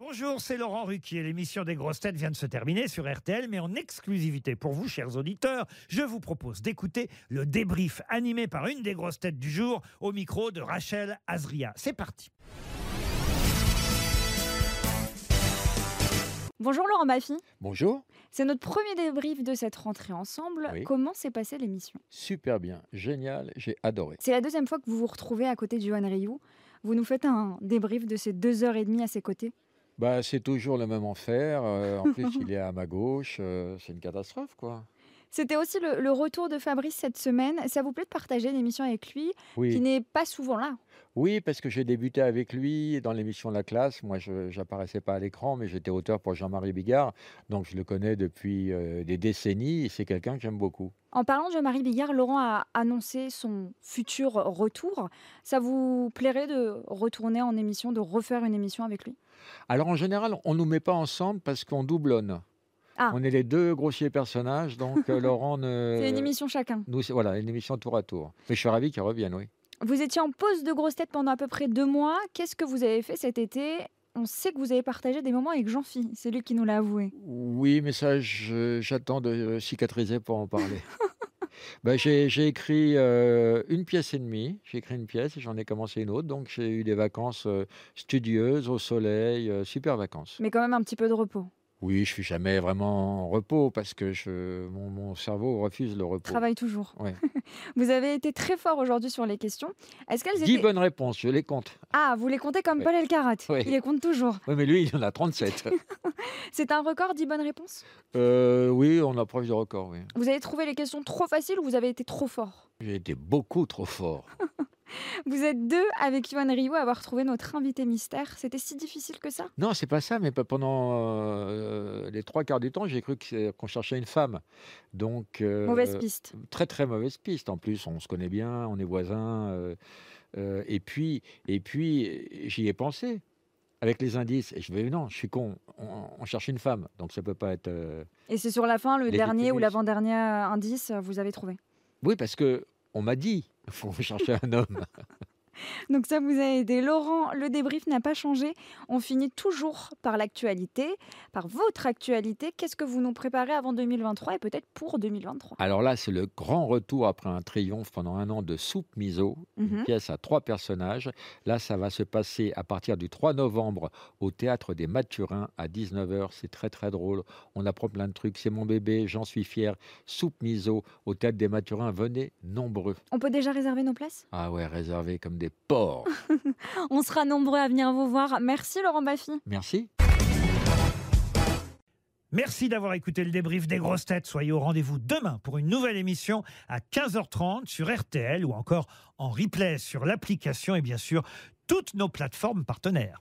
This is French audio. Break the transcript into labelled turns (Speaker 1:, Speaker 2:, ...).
Speaker 1: Bonjour, c'est Laurent Ruquier. L'émission des grosses têtes vient de se terminer sur RTL, mais en exclusivité pour vous, chers auditeurs, je vous propose d'écouter le débrief animé par une des grosses têtes du jour au micro de Rachel Azria. C'est parti.
Speaker 2: Bonjour Laurent Baffy,
Speaker 3: Bonjour.
Speaker 2: c'est notre premier débrief de cette rentrée ensemble.
Speaker 3: Oui.
Speaker 2: Comment s'est passée l'émission
Speaker 3: Super bien. Génial. J'ai adoré.
Speaker 2: C'est la deuxième fois que vous vous retrouvez à côté de Johan Rioux. Vous nous faites un débrief de ces deux heures et demie à ses côtés.
Speaker 3: Bah, c'est toujours le même enfer. euh, en plus, il est à ma gauche. euh, c'est une catastrophe, quoi.
Speaker 2: C'était aussi le, le retour de Fabrice cette semaine. Ça vous plaît de partager une émission avec lui, qui
Speaker 3: Oui.
Speaker 2: n'est pas souvent là
Speaker 3: Oui, parce que j'ai débuté avec lui dans l'émission La Classe. Moi, je n'apparaissais pas à l'écran, mais j'étais auteur pour Jean-Marie Bigard. Donc, je le connais depuis euh, des décennies. Et c'est quelqu'un que j'aime beaucoup.
Speaker 2: En parlant de Marie Bigard, Laurent a annoncé son futur retour. Ça vous plairait de retourner en émission, de refaire une émission avec lui
Speaker 3: Alors, en général, on ne nous met pas ensemble parce qu'on doublonne.
Speaker 2: Ah.
Speaker 3: On est les deux grossiers personnages. Donc, euh, Laurent ne.
Speaker 2: C'est une émission chacun.
Speaker 3: Nous, c'est- voilà, une émission tour à tour. Mais je suis ravi qu'il revienne, oui.
Speaker 2: Vous étiez en pause de grosse tête pendant à peu près deux mois. Qu'est-ce que vous avez fait cet été On sait que vous avez partagé des moments avec Jean-Phi. C'est lui qui nous l'a avoué.
Speaker 3: Oui, mais ça, je- j'attends de euh, cicatriser pour en parler. Ben, j'ai j'ai écrit euh, une pièce et demie. J'ai écrit une pièce et j'en ai commencé une autre. Donc, j'ai eu des vacances euh, studieuses, au soleil, euh, super vacances.
Speaker 2: Mais quand même un petit peu de
Speaker 3: Oh.
Speaker 2: repos.
Speaker 3: Oui, je suis jamais vraiment en repos parce que je, mon, mon cerveau refuse le repos.
Speaker 2: Travaille toujours.
Speaker 3: Ouais.
Speaker 2: vous avez été très fort aujourd'hui sur les questions. Est-ce qu'elles
Speaker 3: Dix
Speaker 2: étaient...
Speaker 3: bonnes réponses, je les compte.
Speaker 2: Ah, vous les comptez comme
Speaker 3: Ouais.
Speaker 2: Paul Elkarat.
Speaker 3: Ouais.
Speaker 2: Il les compte toujours.
Speaker 3: Oui, mais lui, il en a 37.
Speaker 2: C'est un record, 10 bonnes réponses.
Speaker 3: Euh, oui, on approche du record, oui.
Speaker 2: Vous avez trouvé les questions trop faciles ou vous avez été trop fort
Speaker 3: J'ai été beaucoup trop fort.
Speaker 2: Vous êtes deux avec Yohan Rio à avoir trouvé notre invité mystère. C'était si difficile que ça
Speaker 3: Non, c'est pas ça, mais pe- pendant euh, les trois quarts du temps, j'ai cru que c'est- qu'on cherchait une femme. Donc, euh,
Speaker 2: Mauvaise piste.
Speaker 3: très très mauvaise piste. En plus, on se connaît bien, on est voisins. euh, euh, et puis, et puis euh, j'y ai pensé avec les indices. Et je vais, non, je suis con, on, on cherche une femme. Donc, ça peut pas être. euh,
Speaker 2: Et c'est sur la fin, le
Speaker 3: Les
Speaker 2: dernier ou
Speaker 3: Victimus.
Speaker 2: l'avant-dernier euh, indice, euh, vous avez trouvé.
Speaker 3: Oui, parce que on m'a dit, faut chercher un homme.
Speaker 2: Donc ça vous a aidé. Laurent, le débrief n'a pas changé. On finit toujours par l'actualité, par votre actualité. Qu'est-ce que vous nous préparez avant 2023 et peut-être pour 2023
Speaker 3: Alors là, c'est le grand retour après un triomphe pendant un an de soupe miso. une
Speaker 2: Mhm.
Speaker 3: pièce à trois personnages. Là, ça va se passer à partir du 3 novembre au Théâtre des Mathurins à 19h. C'est très, très drôle. On apprend plein de trucs. C'est mon bébé, j'en suis fier. Soupe miso au Théâtre des Mathurins. Venez nombreux.
Speaker 2: On peut déjà réserver nos places
Speaker 3: Ah ouais, réservé comme des porcs.
Speaker 2: On sera nombreux à venir vous voir. Merci Laurent Baffy.
Speaker 3: Merci.
Speaker 1: Merci d'avoir écouté le débrief des grosses têtes. Soyez au rendez-vous demain pour une nouvelle émission à 15h30 sur RTL ou encore en replay sur l'application et bien sûr toutes nos plateformes partenaires.